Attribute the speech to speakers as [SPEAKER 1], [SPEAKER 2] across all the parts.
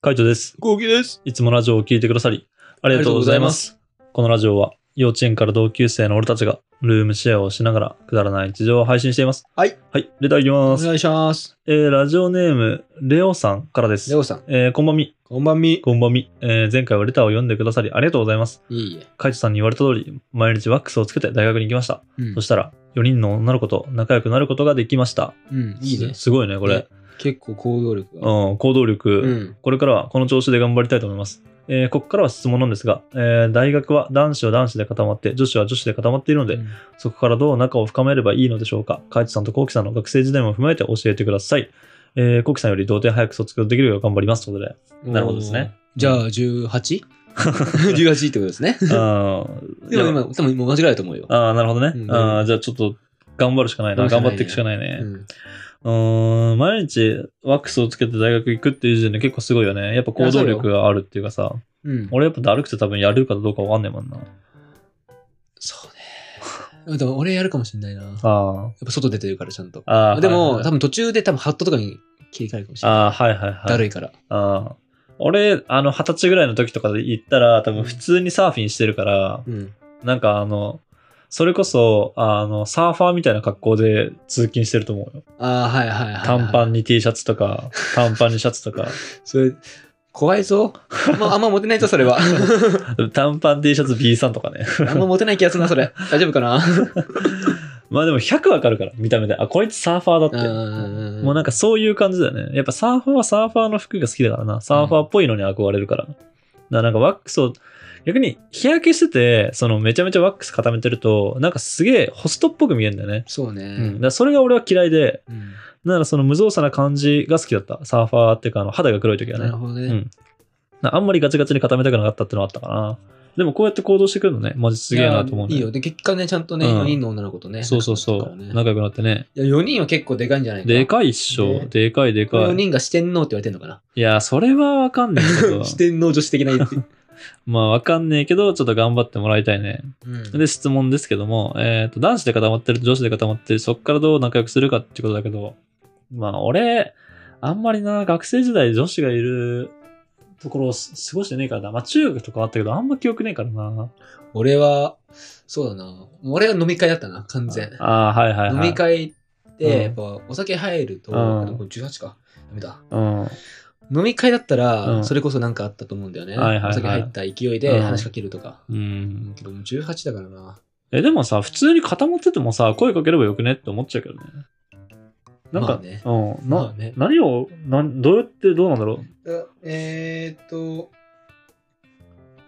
[SPEAKER 1] カイトです。
[SPEAKER 2] ゴーキです。
[SPEAKER 1] いつもラジオを聞いてくださり、ありがとうございます。このラジオは、幼稚園から同級生の俺たちが、ルームシェアをしながら、くだらない日常を配信しています。
[SPEAKER 2] はい。
[SPEAKER 1] はい、レターいき
[SPEAKER 2] お
[SPEAKER 1] ます。
[SPEAKER 2] 願いします。
[SPEAKER 1] えー、ラジオネーム、レオさんからです。
[SPEAKER 2] レオさん、
[SPEAKER 1] えー、こんばんみ。
[SPEAKER 2] こんばんみ。
[SPEAKER 1] こんばんみ。えー、前回はレターを読んでくださり、ありがとうございます。
[SPEAKER 2] いいえ。
[SPEAKER 1] カイトさんに言われた通り、毎日ワックスをつけて大学に行きました。
[SPEAKER 2] うん
[SPEAKER 1] そしたら、4人の女の子と仲良くなることができました。
[SPEAKER 2] うん、いいね
[SPEAKER 1] す。すごいね、これ。
[SPEAKER 2] ね結構行動力が。
[SPEAKER 1] うん、行動力、
[SPEAKER 2] うん。
[SPEAKER 1] これからはこの調子で頑張りたいと思います。えーここからは質問なんですが、えー大学は男子は男子で固まって、女子は女子で固まっているので、
[SPEAKER 2] うん
[SPEAKER 1] そこからどう仲を深めればいいのでしょうか。カイチさんとコウキさんの学生時代も踏まえて教えてください。えー、コウキさんより童貞早く卒業できるよう頑張ります。ということで。なるほどですね
[SPEAKER 2] おーじゃあ 18?18 ってことですね。
[SPEAKER 1] あー
[SPEAKER 2] でも
[SPEAKER 1] いや
[SPEAKER 2] 今、多分もう間違えると思うよ。
[SPEAKER 1] あー、なるほどね。
[SPEAKER 2] うん
[SPEAKER 1] あーじゃあちょっと頑張るしかないな。
[SPEAKER 2] 頑
[SPEAKER 1] 頑
[SPEAKER 2] 張
[SPEAKER 1] 張
[SPEAKER 2] るしかないね
[SPEAKER 1] っていくしかないね。
[SPEAKER 2] うん
[SPEAKER 1] うーん、毎日ワックスをつけて大学行くっていう時点で結構すごいよね。やっぱ行動力があるっていうかさ、
[SPEAKER 2] うん。
[SPEAKER 1] 俺やっぱだるくて多分やるかどうかわかんないもんな。
[SPEAKER 2] そうね。で も俺やるかもしれないな。やっ
[SPEAKER 1] あ
[SPEAKER 2] ぱ外出てるからちゃんと。
[SPEAKER 1] あ。ああ。
[SPEAKER 2] で
[SPEAKER 1] はい
[SPEAKER 2] も、多
[SPEAKER 1] はい
[SPEAKER 2] 分途中で多分ハットとかに切り替えるかもしれない。
[SPEAKER 1] ああ、はいはいはい。
[SPEAKER 2] だるいか
[SPEAKER 1] あ
[SPEAKER 2] ら。
[SPEAKER 1] あ。俺、あの、二十歳ぐらいの時とかで行ったら、多分普通にサーフィンしてるから、
[SPEAKER 2] うん。
[SPEAKER 1] なんかあの、それこそ、あの、サーファーみたいな格好で通勤してると思うよ。
[SPEAKER 2] ああ、はいはいはいはい。
[SPEAKER 1] 短パンに T シャツとか、短パンにシャツとか、
[SPEAKER 2] それ、怖いぞ。あんまあんまモテないぞ、それは。
[SPEAKER 1] 短パン T シャツ B さんとかね。
[SPEAKER 2] あんまモテない気がするな、それ。大丈夫かな
[SPEAKER 1] まあでも100わかるから、見た目で。あ、こいつサーファーだって。も
[SPEAKER 2] も
[SPEAKER 1] うなんかそういう感じだよね。やっぱサーファーはサーファーの服が好きだからな。サーファーっぽいのに憧れるから。だからなんかワックスを、逆に日焼けしてて、そのめちゃめちゃワックス固めてると、なんかすげえホストっぽく見えるんだよね。
[SPEAKER 2] そうね。
[SPEAKER 1] うん。だからそれが俺は嫌いで、
[SPEAKER 2] うん
[SPEAKER 1] ならその無造作な感じが好きだった。サーファーっていうか、あの肌が黒い時は
[SPEAKER 2] な
[SPEAKER 1] ね
[SPEAKER 2] る。ほどね。
[SPEAKER 1] うんなあんまりガチガチに固めたくなかったってのはあったかな。でもこうやって行動してくるのね、マジすげえなと思う
[SPEAKER 2] い
[SPEAKER 1] ね。
[SPEAKER 2] やいいよ。で、結果ね、ちゃんとね、
[SPEAKER 1] うん
[SPEAKER 2] 4人の女の子とね。
[SPEAKER 1] そうそうそ
[SPEAKER 2] 仲良
[SPEAKER 1] う
[SPEAKER 2] くな。っ
[SPEAKER 1] 仲良
[SPEAKER 2] たからね
[SPEAKER 1] くなってね。
[SPEAKER 2] いや、4人は結構でかいんじゃない
[SPEAKER 1] でかいっしょ。
[SPEAKER 2] ね
[SPEAKER 1] でかいでか
[SPEAKER 2] 4
[SPEAKER 1] い。
[SPEAKER 2] 人が四天王って言われてんのかな。
[SPEAKER 1] いや、それはわかんないけ ど。
[SPEAKER 2] 四天王女子的 な言って。
[SPEAKER 1] まあわかんねえけど、ちょっと頑張ってもらいたいね。
[SPEAKER 2] うん
[SPEAKER 1] で、質問ですけども、えっ、と、男子で固まってる、女子で固まってる、そっからどう仲良くするかってことだけど、まあ俺、あんまりな、学生時代女子がいるところをす過ごしてねえからな。まあ中学とかあったけど、あんま記憶ねえからな。
[SPEAKER 2] 俺は、そうだな。俺は飲み会だったな、完全。
[SPEAKER 1] ああ、はいはい
[SPEAKER 2] 飲
[SPEAKER 1] はい。
[SPEAKER 2] み会っ
[SPEAKER 1] うん
[SPEAKER 2] て、やっぱ、お酒入ると、
[SPEAKER 1] うん
[SPEAKER 2] あでもこれ18か。ダメだ。
[SPEAKER 1] うん。
[SPEAKER 2] 飲み会だった
[SPEAKER 1] う
[SPEAKER 2] ら、
[SPEAKER 1] ん
[SPEAKER 2] それこそなんかあったと思うんだよね。
[SPEAKER 1] はいはいはい
[SPEAKER 2] お酒入った勢いで話しかけるとか。
[SPEAKER 1] うん。
[SPEAKER 2] けど、もう18だからな。
[SPEAKER 1] え、でもさ、普通に固まっててもさ、声かければよくねって思っちゃうけどね。なん
[SPEAKER 2] ま
[SPEAKER 1] か、
[SPEAKER 2] あね
[SPEAKER 1] うん。な、
[SPEAKER 2] まあね。
[SPEAKER 1] 何をなん、どうやってどうなんだろう
[SPEAKER 2] だえーっと、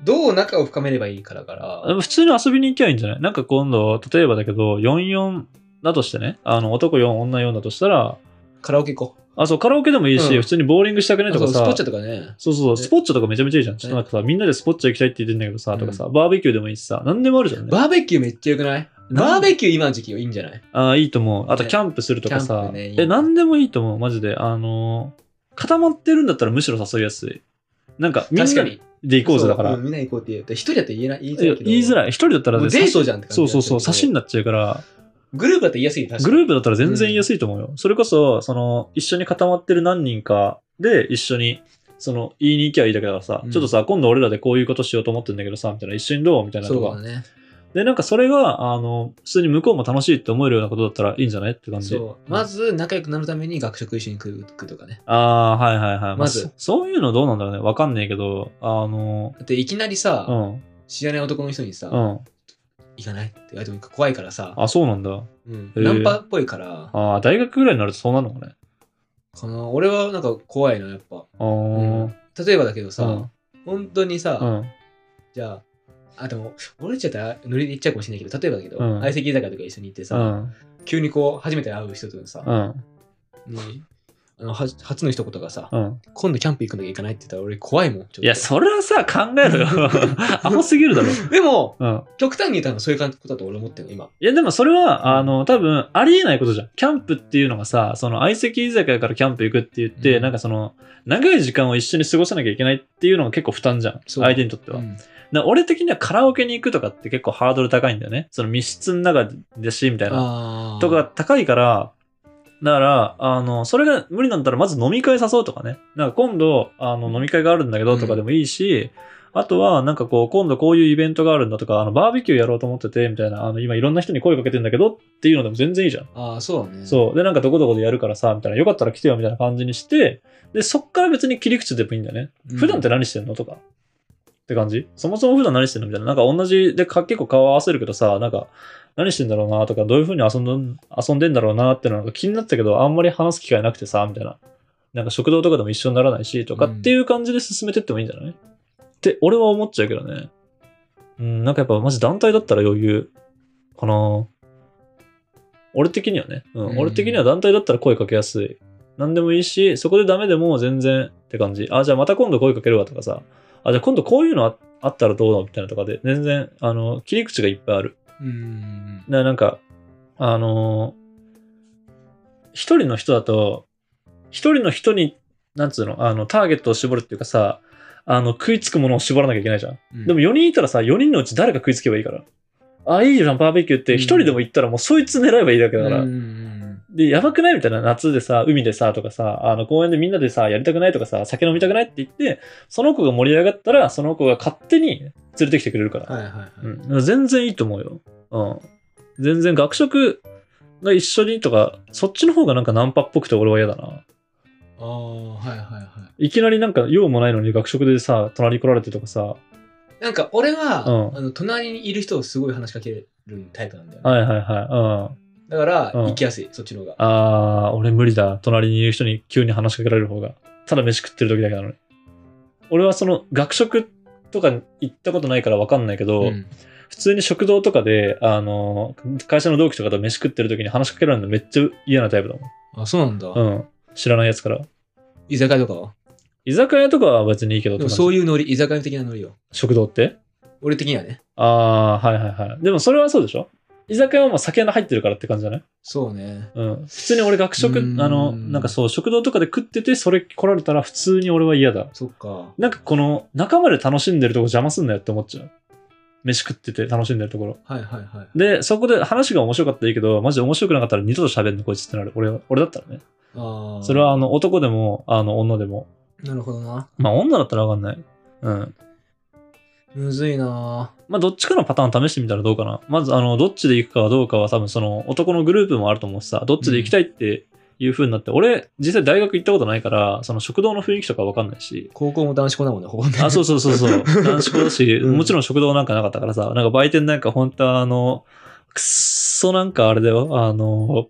[SPEAKER 2] どう仲を深めればいいからか
[SPEAKER 1] で
[SPEAKER 2] ら、
[SPEAKER 1] も普通に遊びに行きゃいいんじゃないなんか今度、例えばだけど、44だとしてね、あの男4、女4だとしたら、
[SPEAKER 2] カラオケ行こう。
[SPEAKER 1] あ、そう、カラオケでもいいし、
[SPEAKER 2] うん
[SPEAKER 1] 普通にボーリングしたくねとか
[SPEAKER 2] そうス
[SPEAKER 1] さ、
[SPEAKER 2] ポッチャとかね。
[SPEAKER 1] そうそう、
[SPEAKER 2] ね
[SPEAKER 1] スポッチャとかめちゃめちゃいいじゃん。ちょっとなんかさ、みんなでスポッチャ行きたいって言ってんだけどさ、とかさ、バーベキューでもいいしさ、何でもあるじゃんね。
[SPEAKER 2] バーベキューめっちゃ良くないバーベキュー今の時期いいんじゃない
[SPEAKER 1] ああ、いいと思う。あと、
[SPEAKER 2] ね
[SPEAKER 1] キャンプするとか
[SPEAKER 2] キャ
[SPEAKER 1] さ、
[SPEAKER 2] ンプねいい
[SPEAKER 1] え、何でもいいと思う、マジで。あのー固まってるんだったらむしろ誘いやすい。なんか、みんな
[SPEAKER 2] 確かに。
[SPEAKER 1] で行こうぜだか
[SPEAKER 2] そ
[SPEAKER 1] ら。
[SPEAKER 2] うんみんな行こうって言う。一人だって言えない。言い
[SPEAKER 1] いや言いづ
[SPEAKER 2] らい
[SPEAKER 1] らい。一人だった
[SPEAKER 2] けど。
[SPEAKER 1] ら
[SPEAKER 2] も
[SPEAKER 1] ね
[SPEAKER 2] うデートじゃんって感じ。
[SPEAKER 1] そうそうそう、差しになっちゃうから、
[SPEAKER 2] グループだって言いやすい。
[SPEAKER 1] グルー
[SPEAKER 2] プ
[SPEAKER 1] プだったら全然言いやすいと思うよ。それこそ、その、一緒に固まってる何人かで、一緒に、その、言いに行きゃいいだけだからさ、
[SPEAKER 2] うん
[SPEAKER 1] ちょっとさ、今度俺らでこういうことしようと思ってんだけどさ、みたいな、一緒にどうみたいな
[SPEAKER 2] そ
[SPEAKER 1] と
[SPEAKER 2] うだ
[SPEAKER 1] か。
[SPEAKER 2] ね。
[SPEAKER 1] で、なんかそれが、あの、普通に向こうも楽しいって思えるようなことだったらいいんじゃないって感じ。
[SPEAKER 2] そう。まず仲良くなるために学食一緒に食う食うとかね。
[SPEAKER 1] ああー、はいはいはい。あ
[SPEAKER 2] まず
[SPEAKER 1] そそういうのどうなんだろうね。わかんねえけど、あの、
[SPEAKER 2] だっていきなり
[SPEAKER 1] う
[SPEAKER 2] さ、
[SPEAKER 1] ん、
[SPEAKER 2] 知らない男の人にさ、
[SPEAKER 1] うん。
[SPEAKER 2] 行かないって言われても怖いからさ、
[SPEAKER 1] あ、そうなんだ。
[SPEAKER 2] うん
[SPEAKER 1] へー
[SPEAKER 2] ナンパっぽいから、
[SPEAKER 1] ああ、大学ぐらいになるとそうなるのかね。
[SPEAKER 2] この俺はなんか怖いの、やっぱ。
[SPEAKER 1] あー
[SPEAKER 2] 例えばだけどさ、
[SPEAKER 1] うん
[SPEAKER 2] 本当にさ、
[SPEAKER 1] うん。
[SPEAKER 2] じゃあ、あ、でも、俺ちゃったらノリで行っちゃうかもしれないけど、例えばだけど、
[SPEAKER 1] うん
[SPEAKER 2] 相席居酒屋とか一緒に行って
[SPEAKER 1] う
[SPEAKER 2] さ、
[SPEAKER 1] ん。
[SPEAKER 2] 急にこう、初めて会う人とのさ
[SPEAKER 1] う、ん。
[SPEAKER 2] にあのは初の一言がさ、
[SPEAKER 1] うん。
[SPEAKER 2] 今度キャンプ行くんだけど行かないって言ったら俺怖いもん、ちょっと
[SPEAKER 1] いや、それはさ、考えろよ。 甘すぎるだろ。
[SPEAKER 2] でも、
[SPEAKER 1] うん。
[SPEAKER 2] 極端に言ったらそういうことだと俺思ってるの、今。
[SPEAKER 1] いや、でもそれは、あの、多分、ありえないことじゃん。キャンプっていうのがさ、その、相席居酒屋からキャンプ行くって言って、
[SPEAKER 2] うん
[SPEAKER 1] なんかその、長い時間を一緒に過ごさなきゃいけないっていうのが結構負担じゃん。
[SPEAKER 2] そう
[SPEAKER 1] 相手にとっては。
[SPEAKER 2] うん
[SPEAKER 1] な俺的にはカラオケに行くとかって結構ハードル高いんだよね。その密室の中だし、みたいな。
[SPEAKER 2] あー
[SPEAKER 1] とか、高いから、だから、あの、それが無理なんだったら、まず飲み会誘うとかね。なんか今度、あの、飲み会があるんだけどとかでもいいし、あとは、なんかこう、今度こういうイベントがあるんだとか、あの、バーベキューやろうと思ってて、みたいな、あの、今いろんな人に声かけてんだけどっていうのでも全然いいじゃん。
[SPEAKER 2] ああ、そうだね。
[SPEAKER 1] そう。で、なんかどこどこでやるからさ、みたいな、よかったら来てよ、みたいな感じにして、で、そっから別に切り口でもいいんだよね。
[SPEAKER 2] うん
[SPEAKER 1] 普段って何してんのとか。って感じそもそも普段何してんのみたいな。なんか同じでか結構顔合わせるけどさ、なんか何してんだろうなとか、どういう風に遊んどん遊んでんだろうなってのが気になってたけど、あんまり話す機会なくてさ、みたいな。なんか食堂とかでも一緒にならないし、とかっていう感じで進めてってもいいんじゃない、って俺は思っちゃうけどね。うん、なんかやっぱマジ団体だったら余裕かな俺的にはね。うん、
[SPEAKER 2] うん
[SPEAKER 1] 俺的には団体だったら声かけやすい。何でもいいし、そこでダメでも全然って感じ。あ、じゃあまた今度声かけるわとかさ。あ、じゃあ今度こういうのああったらどうだみたいなとかで、全然、あの、切り口がいっぱいある。
[SPEAKER 2] うーん。
[SPEAKER 1] だからなんか、あのー一人の人だと、一人の人に、なんつうの、あの、ターゲットを絞るっていうかさ、あの、食いつくものを絞らなきゃいけないじゃん。
[SPEAKER 2] うん
[SPEAKER 1] でも、4人いたらさ、4人のうち誰か食いつけばいいから。あ、いいじゃん、バーベキューって、
[SPEAKER 2] うん
[SPEAKER 1] 一人でも行ったらもうそいつ狙えばいいだけだから。
[SPEAKER 2] うんうん
[SPEAKER 1] で、やばくないみたいな、夏でさ、海でさ、とかさ、あの、公園でみんなでさ、やりたくないとかさ、酒飲みたくないって言って、その子が盛り上がったら、その子が勝手に連れてきてくれるから。
[SPEAKER 2] うん。はいはいはい。
[SPEAKER 1] うん、全然いいと思うよ。うん。全然学食が一緒にとか、そっちの方がなんかナンパっぽくて俺は嫌だな。
[SPEAKER 2] ああ、はいはいはい。
[SPEAKER 1] きなりなんか用もないのに学食でさ、隣に来られてとかさ、はい
[SPEAKER 2] なんか俺は、
[SPEAKER 1] うん
[SPEAKER 2] あの隣にいる人をすごい話しかけるタイプなんだよ、ね
[SPEAKER 1] いはいはい。うん。
[SPEAKER 2] だから、
[SPEAKER 1] うん
[SPEAKER 2] 行きやすい、そっちの方が。
[SPEAKER 1] あー、俺無理だ。隣にいる人に急に話しかけられる方が。ただ飯食ってる時だけなのに。俺はその学食とか行ったことないから分かんないけど、
[SPEAKER 2] ん
[SPEAKER 1] 普通に食堂とかで、あの、会社の同期とかと飯食ってる時に話しかけられるのめっちゃ嫌なタイプだ
[SPEAKER 2] あ、そうなんだ。
[SPEAKER 1] もん。うん。知らないやつから。
[SPEAKER 2] 居酒屋とかは
[SPEAKER 1] 居酒屋とかは別にいいけど、
[SPEAKER 2] でもそう
[SPEAKER 1] いう
[SPEAKER 2] いうノリ、居酒屋的なノリよ。
[SPEAKER 1] 食堂って
[SPEAKER 2] 俺的にはね。
[SPEAKER 1] ああー、はいはいはい。でもそれはそうでしょ居酒屋はもう酒が入ってるからって感じじゃない
[SPEAKER 2] そうね。
[SPEAKER 1] うん。普通に俺学食、
[SPEAKER 2] うーん
[SPEAKER 1] あの、なんかそう、食堂とかで食ってて、それ来られたら普通に俺は嫌だ。
[SPEAKER 2] そっか。
[SPEAKER 1] なんかこの、仲間で楽しんでるとこ邪魔すんなよって思っちゃう。飯食ってて楽しんでるところ。
[SPEAKER 2] はいはいはい。
[SPEAKER 1] で、そこで話が面白かったらいいけど、マジで面白くなかったら二度と喋んのこいつってなる。俺は、俺だったらね。
[SPEAKER 2] ああ。
[SPEAKER 1] それはあの、男でも、あの、女でも。
[SPEAKER 2] なるほどな。
[SPEAKER 1] まあ、女だったらわかんない。うん。
[SPEAKER 2] むずいな。、
[SPEAKER 1] まあ、どっちかのパターン試してみたらどうかな。まず、あの、どっちで行くかはどうかは多分、その、男のグループもあると思うしさ、どっちで行きたいっていう風になって、俺、実際大学行ったことないから、その食堂の雰囲気とかわかんないし
[SPEAKER 2] 高校も男子校だもんね、ここね。
[SPEAKER 1] あ、そうそうそう そう、男子校だし、
[SPEAKER 2] うん
[SPEAKER 1] もちろん食堂なんかなかったからさ、なんか売店なんか本当はあの、くっそなんかあれだよ、あの、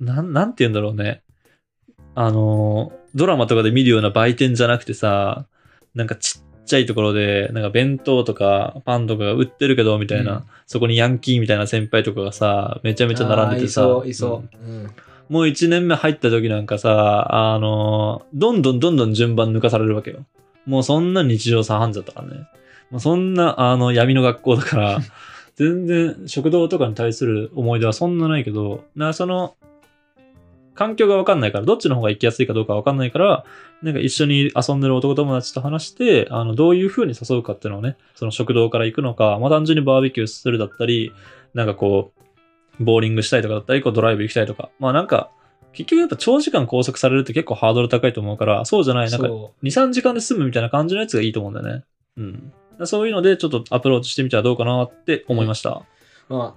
[SPEAKER 1] なん、なんて言うんだろうね。あの、ドラマとかで見るような売店じゃなくてさ、なんかちっちゃいところで、なんか弁当とかパンとかが売ってるけど、みたいな、
[SPEAKER 2] うん
[SPEAKER 1] そこにヤンキーみたいな先輩とかがさ、めちゃめちゃ並んでてさ、
[SPEAKER 2] あーいそう、い
[SPEAKER 1] うん
[SPEAKER 2] そう。うん。
[SPEAKER 1] もう1年目入った時なんかさ、あのーどんどんどんどん順番抜かされるわけよ。もうそんな日常茶飯事だったからね。もうそんな、あの、闇の学校だから、全然食堂とかに対する思い出はそんなないけど、な、その、環境がわかんないから、どっちの方が行きやすいかどうかわかんないから、なんか一緒に遊んでる男友達と話して、あの、どういう風に誘うかっていうのをね、その食堂から行くのか、まあ単純にバーベキューするだったり、なんかこう、ボーリングしたいとかだったり、こうドライブ行きたいとか、まあなんか、結局やっぱ長時間拘束されるって結構ハードル高いと思うから、そうじゃない、なんか
[SPEAKER 2] そ
[SPEAKER 1] 2、3時間で済むみたいな感じのやつがいいと思うんだよね。うん。そういうので、ちょっとアプローチしてみたらどうかなって思いました。
[SPEAKER 2] う。ま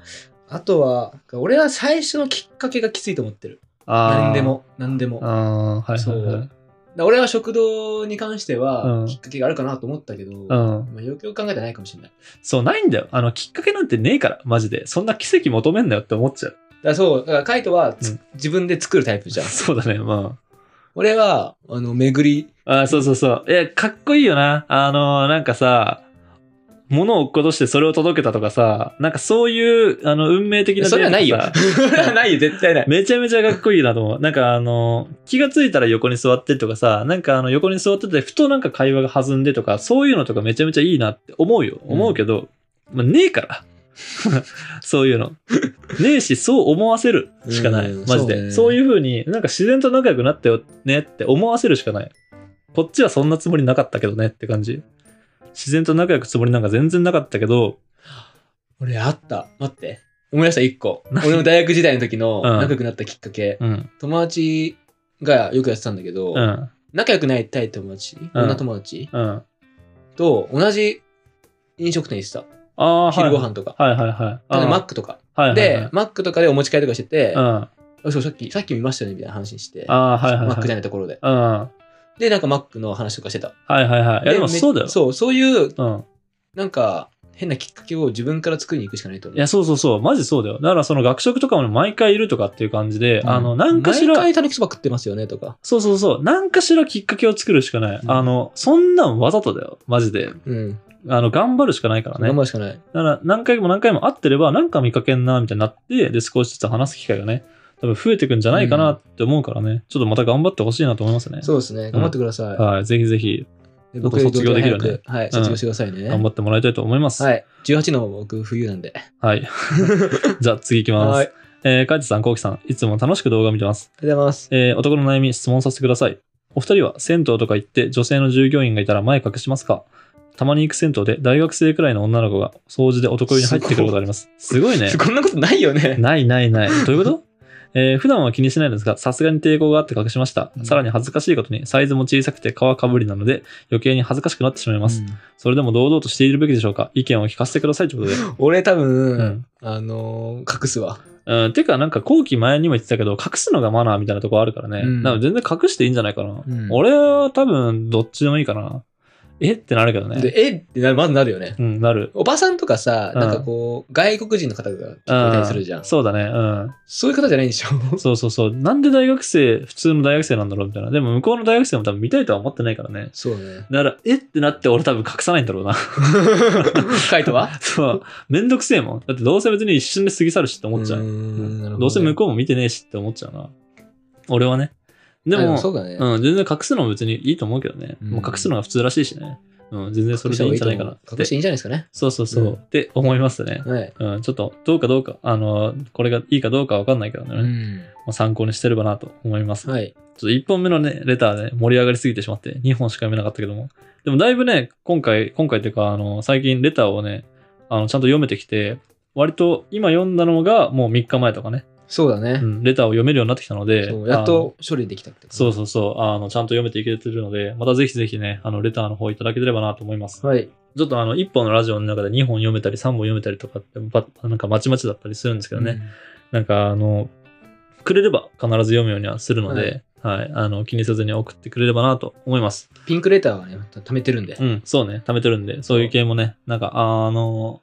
[SPEAKER 2] あ、あとは、俺は最初のきっかけがきついと思ってる。
[SPEAKER 1] あー
[SPEAKER 2] 何で。も、何でも。だか
[SPEAKER 1] ああ、はいはいは
[SPEAKER 2] そ
[SPEAKER 1] い。
[SPEAKER 2] ら俺は食堂に関して
[SPEAKER 1] うん
[SPEAKER 2] は、きっかけがあるかなと思ったけど、
[SPEAKER 1] う
[SPEAKER 2] ま
[SPEAKER 1] ん。
[SPEAKER 2] あ、よくよく考えてないかもしれない。
[SPEAKER 1] そう、ないんだよ。あの、きっかけなんてねえから、マジで。そんな奇跡求めんなよって思っちゃう。
[SPEAKER 2] だからそう、だからカイトはつ、
[SPEAKER 1] うん。
[SPEAKER 2] 自分で作るタイプ じゃん
[SPEAKER 1] そうだね、ま
[SPEAKER 2] 俺は、あの、巡り、
[SPEAKER 1] あ。あーそうそうそう。いや、かっこいいよな。あのーなんかさ、物を落っことしてそれを届けたとかさ、なんかそういう、あの、運命的な
[SPEAKER 2] それはないよ
[SPEAKER 1] 出会いとかさ。
[SPEAKER 2] そ れはないよ、絶対ない。
[SPEAKER 1] めちゃめちゃかっこいいなと思う。なんかあの、気がついたら横に座ってとかさ、なんかあの横に座ってて、ふとなんか会話が弾んでとか、そういうのとかめちゃめちゃいいなって思うよ。
[SPEAKER 2] うん
[SPEAKER 1] 思うけど、まあ、ねえから。 そういうの。ねえし、そう思わせるしかない。
[SPEAKER 2] うん
[SPEAKER 1] マジで。
[SPEAKER 2] そうね
[SPEAKER 1] そういう風に、なんか自然と仲良くなったよねって思わせるしかない。こっちはそんなつもりなかったけどねって感じ。自然と仲良くつもりなんか全然なかったけど、
[SPEAKER 2] 俺、あった。待って。思い出した、一個。俺の大学時代の時の
[SPEAKER 1] うん
[SPEAKER 2] 仲良くなったきっかけ。
[SPEAKER 1] うん。
[SPEAKER 2] 友達がよくやってたんだけど、
[SPEAKER 1] うん。
[SPEAKER 2] 仲良くなりたい友達、
[SPEAKER 1] うん
[SPEAKER 2] 女友達
[SPEAKER 1] うん。
[SPEAKER 2] と同じ飲食店行ってた。
[SPEAKER 1] ああ、はい。
[SPEAKER 2] 昼ご飯とか。
[SPEAKER 1] はいはいはい。
[SPEAKER 2] ただマッ
[SPEAKER 1] あ
[SPEAKER 2] クとか。
[SPEAKER 1] ーはいはいは
[SPEAKER 2] で
[SPEAKER 1] い、
[SPEAKER 2] マックとかでお持ち帰りとかしてて
[SPEAKER 1] う、ん。
[SPEAKER 2] あそうさっき、さっき見ましたよねみたいな話して、
[SPEAKER 1] あ
[SPEAKER 2] マ
[SPEAKER 1] あー、はいはいはい。
[SPEAKER 2] ックじゃないところで。
[SPEAKER 1] うん。は
[SPEAKER 2] で、なんかマックの話とかしてた。
[SPEAKER 1] いはいはい。いやでも
[SPEAKER 2] め
[SPEAKER 1] そうだよ。
[SPEAKER 2] そう、そういう、
[SPEAKER 1] うん。
[SPEAKER 2] なんか、変なきっかけを自分から作りに行くしかないと思。
[SPEAKER 1] いうや、そうそうそう。マジそうだよ。だからその学食とかも毎回いるとかっていう感じで、
[SPEAKER 2] うん
[SPEAKER 1] あの、なんかしら、
[SPEAKER 2] 毎回たぬきそば食ってますよねとか。
[SPEAKER 1] そうそうそう、なんかしらきっかけを作るしかない。
[SPEAKER 2] うん
[SPEAKER 1] あの、そんなんわざとだよ。マジで。
[SPEAKER 2] うん。
[SPEAKER 1] あの、頑張るしかないからね。
[SPEAKER 2] 頑
[SPEAKER 1] だ
[SPEAKER 2] 張
[SPEAKER 1] か
[SPEAKER 2] るしかない。
[SPEAKER 1] ら何回も何回も会ってれば、なんか見かけんな、みたいになって、で、少しずつ話す機会がね、多分増えてくんじゃないかなって思うからね、ちょっとまた頑張ってほしいなと思いますね。
[SPEAKER 2] そうですね。頑張ってください。
[SPEAKER 1] はい、ぜひぜひ
[SPEAKER 2] で
[SPEAKER 1] 僕卒業できるよね
[SPEAKER 2] 僕より早くはい、
[SPEAKER 1] うん
[SPEAKER 2] 卒業してくださいね。
[SPEAKER 1] 頑張ってもらいたいと思います。
[SPEAKER 2] はい。18の僕、冬なん で。
[SPEAKER 1] はい。じゃあ次行きます。
[SPEAKER 2] はい。
[SPEAKER 1] えー、カイトさん、コウキさん、いつも楽しく動画見てます。
[SPEAKER 2] ありがとうございます。
[SPEAKER 1] えー、男の悩み質問させてください。お二人は銭湯とか行って女性の従業員がいたら前隠しますかたまに行く銭湯で大学生くらいの女の子が掃除で男湯に入ってくることあります。すごい ね。
[SPEAKER 2] こんなことないよね。
[SPEAKER 1] ないないない。どういうこと えー普段は気にしないのですが、さすがに抵抗があって隠しました
[SPEAKER 2] う。ん
[SPEAKER 1] さらに恥ずかしいことに、サイズも小さくて皮かぶりなので、余計に恥ずかしくなってしまいます。
[SPEAKER 2] うん
[SPEAKER 1] それでも堂々としているべきでしょうか意見を聞かせてくださいということで。
[SPEAKER 2] 俺多
[SPEAKER 1] う
[SPEAKER 2] 分
[SPEAKER 1] ん、
[SPEAKER 2] あのー、隠すわ。
[SPEAKER 1] うん、てか、なんか、後期前にも言ってたけど、隠すのがマナーみたいなとこあるからね。
[SPEAKER 2] うん
[SPEAKER 1] なんか全然隠していいんじゃないかな。
[SPEAKER 2] うん
[SPEAKER 1] 俺は多分、どっちでもいいかな。えってなるけどね。
[SPEAKER 2] で、えってなるまずなるよね。
[SPEAKER 1] うん、なる。
[SPEAKER 2] おばさんとかさ、
[SPEAKER 1] うん
[SPEAKER 2] なんかこう、外国人の方が聞こえたりするじゃ。
[SPEAKER 1] うんそうだね。うん。
[SPEAKER 2] そういう方じゃないんで しょ
[SPEAKER 1] そうそうそう。なんで大学生、普通の大学生なんだろうみたいな。でも、向こうの大学生も多分見たいとは思ってないからね。
[SPEAKER 2] そうね。
[SPEAKER 1] だから、えってなって俺多分隠さないんだろうな。
[SPEAKER 2] カイトは
[SPEAKER 1] そう。めんどくせえもん。だってどうせ別に一瞬で過ぎ去るしって思っちゃう。
[SPEAKER 2] んなるほ
[SPEAKER 1] どうせ向
[SPEAKER 2] こ
[SPEAKER 1] こうも見てねえしって思っちゃうな。俺はね。
[SPEAKER 2] う
[SPEAKER 1] でも、
[SPEAKER 2] そうだね。
[SPEAKER 1] うん、全然隠すのも別にいいと思うけどね。
[SPEAKER 2] うん
[SPEAKER 1] もう隠すのが普通らしいしね。うん、全然それでいいんじゃないかなっ
[SPEAKER 2] 隠して
[SPEAKER 1] て。
[SPEAKER 2] いいんじゃないですかね。
[SPEAKER 1] そうそうそう、
[SPEAKER 2] うん
[SPEAKER 1] って思いますね。
[SPEAKER 2] はい。
[SPEAKER 1] うん、ちょっと、どうかどうか、あの、これがいいかどうかわかんないけどね、
[SPEAKER 2] う
[SPEAKER 1] ま
[SPEAKER 2] ん。
[SPEAKER 1] あ参考にしてればなと思います。
[SPEAKER 2] はい。
[SPEAKER 1] ちょっと1本目のね、レターで、盛り上がりすぎてしまって、2本しか読めなかったけども。でもだいぶね、今回、今回というか、あの、最近レターをね、あの、ちゃんと読めてきて、割と今読んだのがもう3日前とかね、
[SPEAKER 2] そうだね
[SPEAKER 1] う。ん、レターを読めるようになってきたので、
[SPEAKER 2] そうやっと処理できたって。
[SPEAKER 1] そうそうそう、あの、ちゃんと読めていけてるので、またぜひぜひね、あの、レターの方いただければなと思います。
[SPEAKER 2] はい。
[SPEAKER 1] ちょっとあの、1本のラジオの中で2本読めたり3本読めたりとかって、ばなんかまちまちだったりするんですけどね、なんかあの、くれれば必ず読むようにはするので、はい、あの、気にせずに送ってくれればなと思います。
[SPEAKER 2] ピンクレターはね、貯めてるんで
[SPEAKER 1] う。ん、そうね、貯めてるんで、そういう系もね、なんか、あの、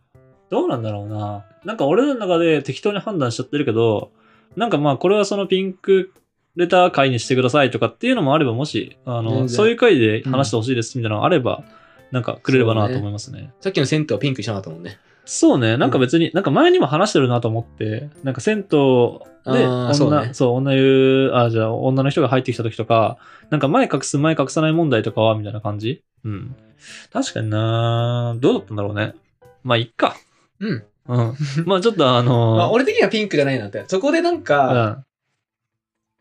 [SPEAKER 1] どうなんだろうな。なんか俺らの中で適当に判断しちゃってるけど、なんかまあこれはそのピンクレター会にしてくださいとかっていうのもあれば、もし、あ
[SPEAKER 2] 全
[SPEAKER 1] の、
[SPEAKER 2] 然
[SPEAKER 1] そういう会で話してほしいですみたいなのがあれば、なんかくれればなと思いますね。
[SPEAKER 2] さっきの銭湯はピンク一緒だったもんね。
[SPEAKER 1] そうね、なんか別に、なんか前にも話してるなと思って、なんか銭湯で
[SPEAKER 2] あ
[SPEAKER 1] 女、
[SPEAKER 2] ー
[SPEAKER 1] そ,、
[SPEAKER 2] そうう
[SPEAKER 1] 女
[SPEAKER 2] ね
[SPEAKER 1] 湯、あ、じゃあ女の人が入ってきた時とか、なんか前隠す前隠さない問題とかは、みたいな感じうん。確かになどうだったんだろうね。まあ、いっか。
[SPEAKER 2] うん。
[SPEAKER 1] うん。 まあ、ちょっとあ
[SPEAKER 2] まあ、
[SPEAKER 1] の
[SPEAKER 2] 俺的にはピンクじゃないなって。そこでなん
[SPEAKER 1] ー、
[SPEAKER 2] か、
[SPEAKER 1] うん。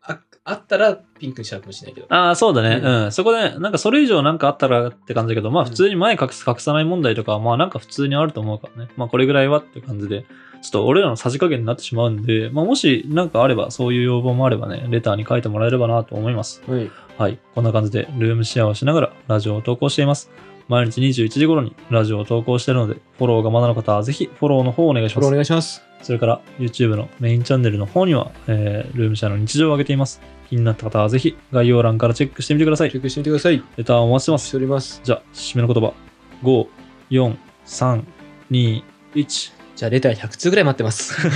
[SPEAKER 2] ああったらピンクにしたかもしれないけど。
[SPEAKER 1] ああ、そうだね。
[SPEAKER 2] う
[SPEAKER 1] うん。そこで、なんかそれ以上なんかあったらって感じだけど、まあ
[SPEAKER 2] うん
[SPEAKER 1] 普通に前隠す隠さない問題とかは、まあなんか普通にあると思うからね。まあこれぐらいはって感じで、ちょっと俺らのさじ加減になってしまうんで、まあもしなんかあれば、そういう要望もあればね、レターに書いてもらえればなと思います。
[SPEAKER 2] はい。
[SPEAKER 1] はい。こんな感じで、ルームシェアをしながらラジオを投稿しています。毎日21時頃にラジオを投稿しているので、フォローがまだの方はぜひフォローの方をお願いし
[SPEAKER 2] フォ
[SPEAKER 1] ま
[SPEAKER 2] ロー
[SPEAKER 1] す
[SPEAKER 2] お。願いします。
[SPEAKER 1] それから YouTube のメインチャンネルの方には、えールームシェアの日常を上げています。気になった方はぜひ概要欄からチェックしてみてください
[SPEAKER 2] チ。ェックしてみてください。
[SPEAKER 1] レターをお待ちしてま
[SPEAKER 2] し
[SPEAKER 1] す。
[SPEAKER 2] ております。
[SPEAKER 1] じゃあ、締めの言葉。5、4、3、2、1。
[SPEAKER 2] じゃあ、レター100通ぐらい待ってます。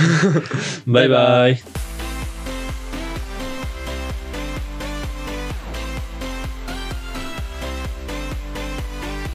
[SPEAKER 1] バイバイ。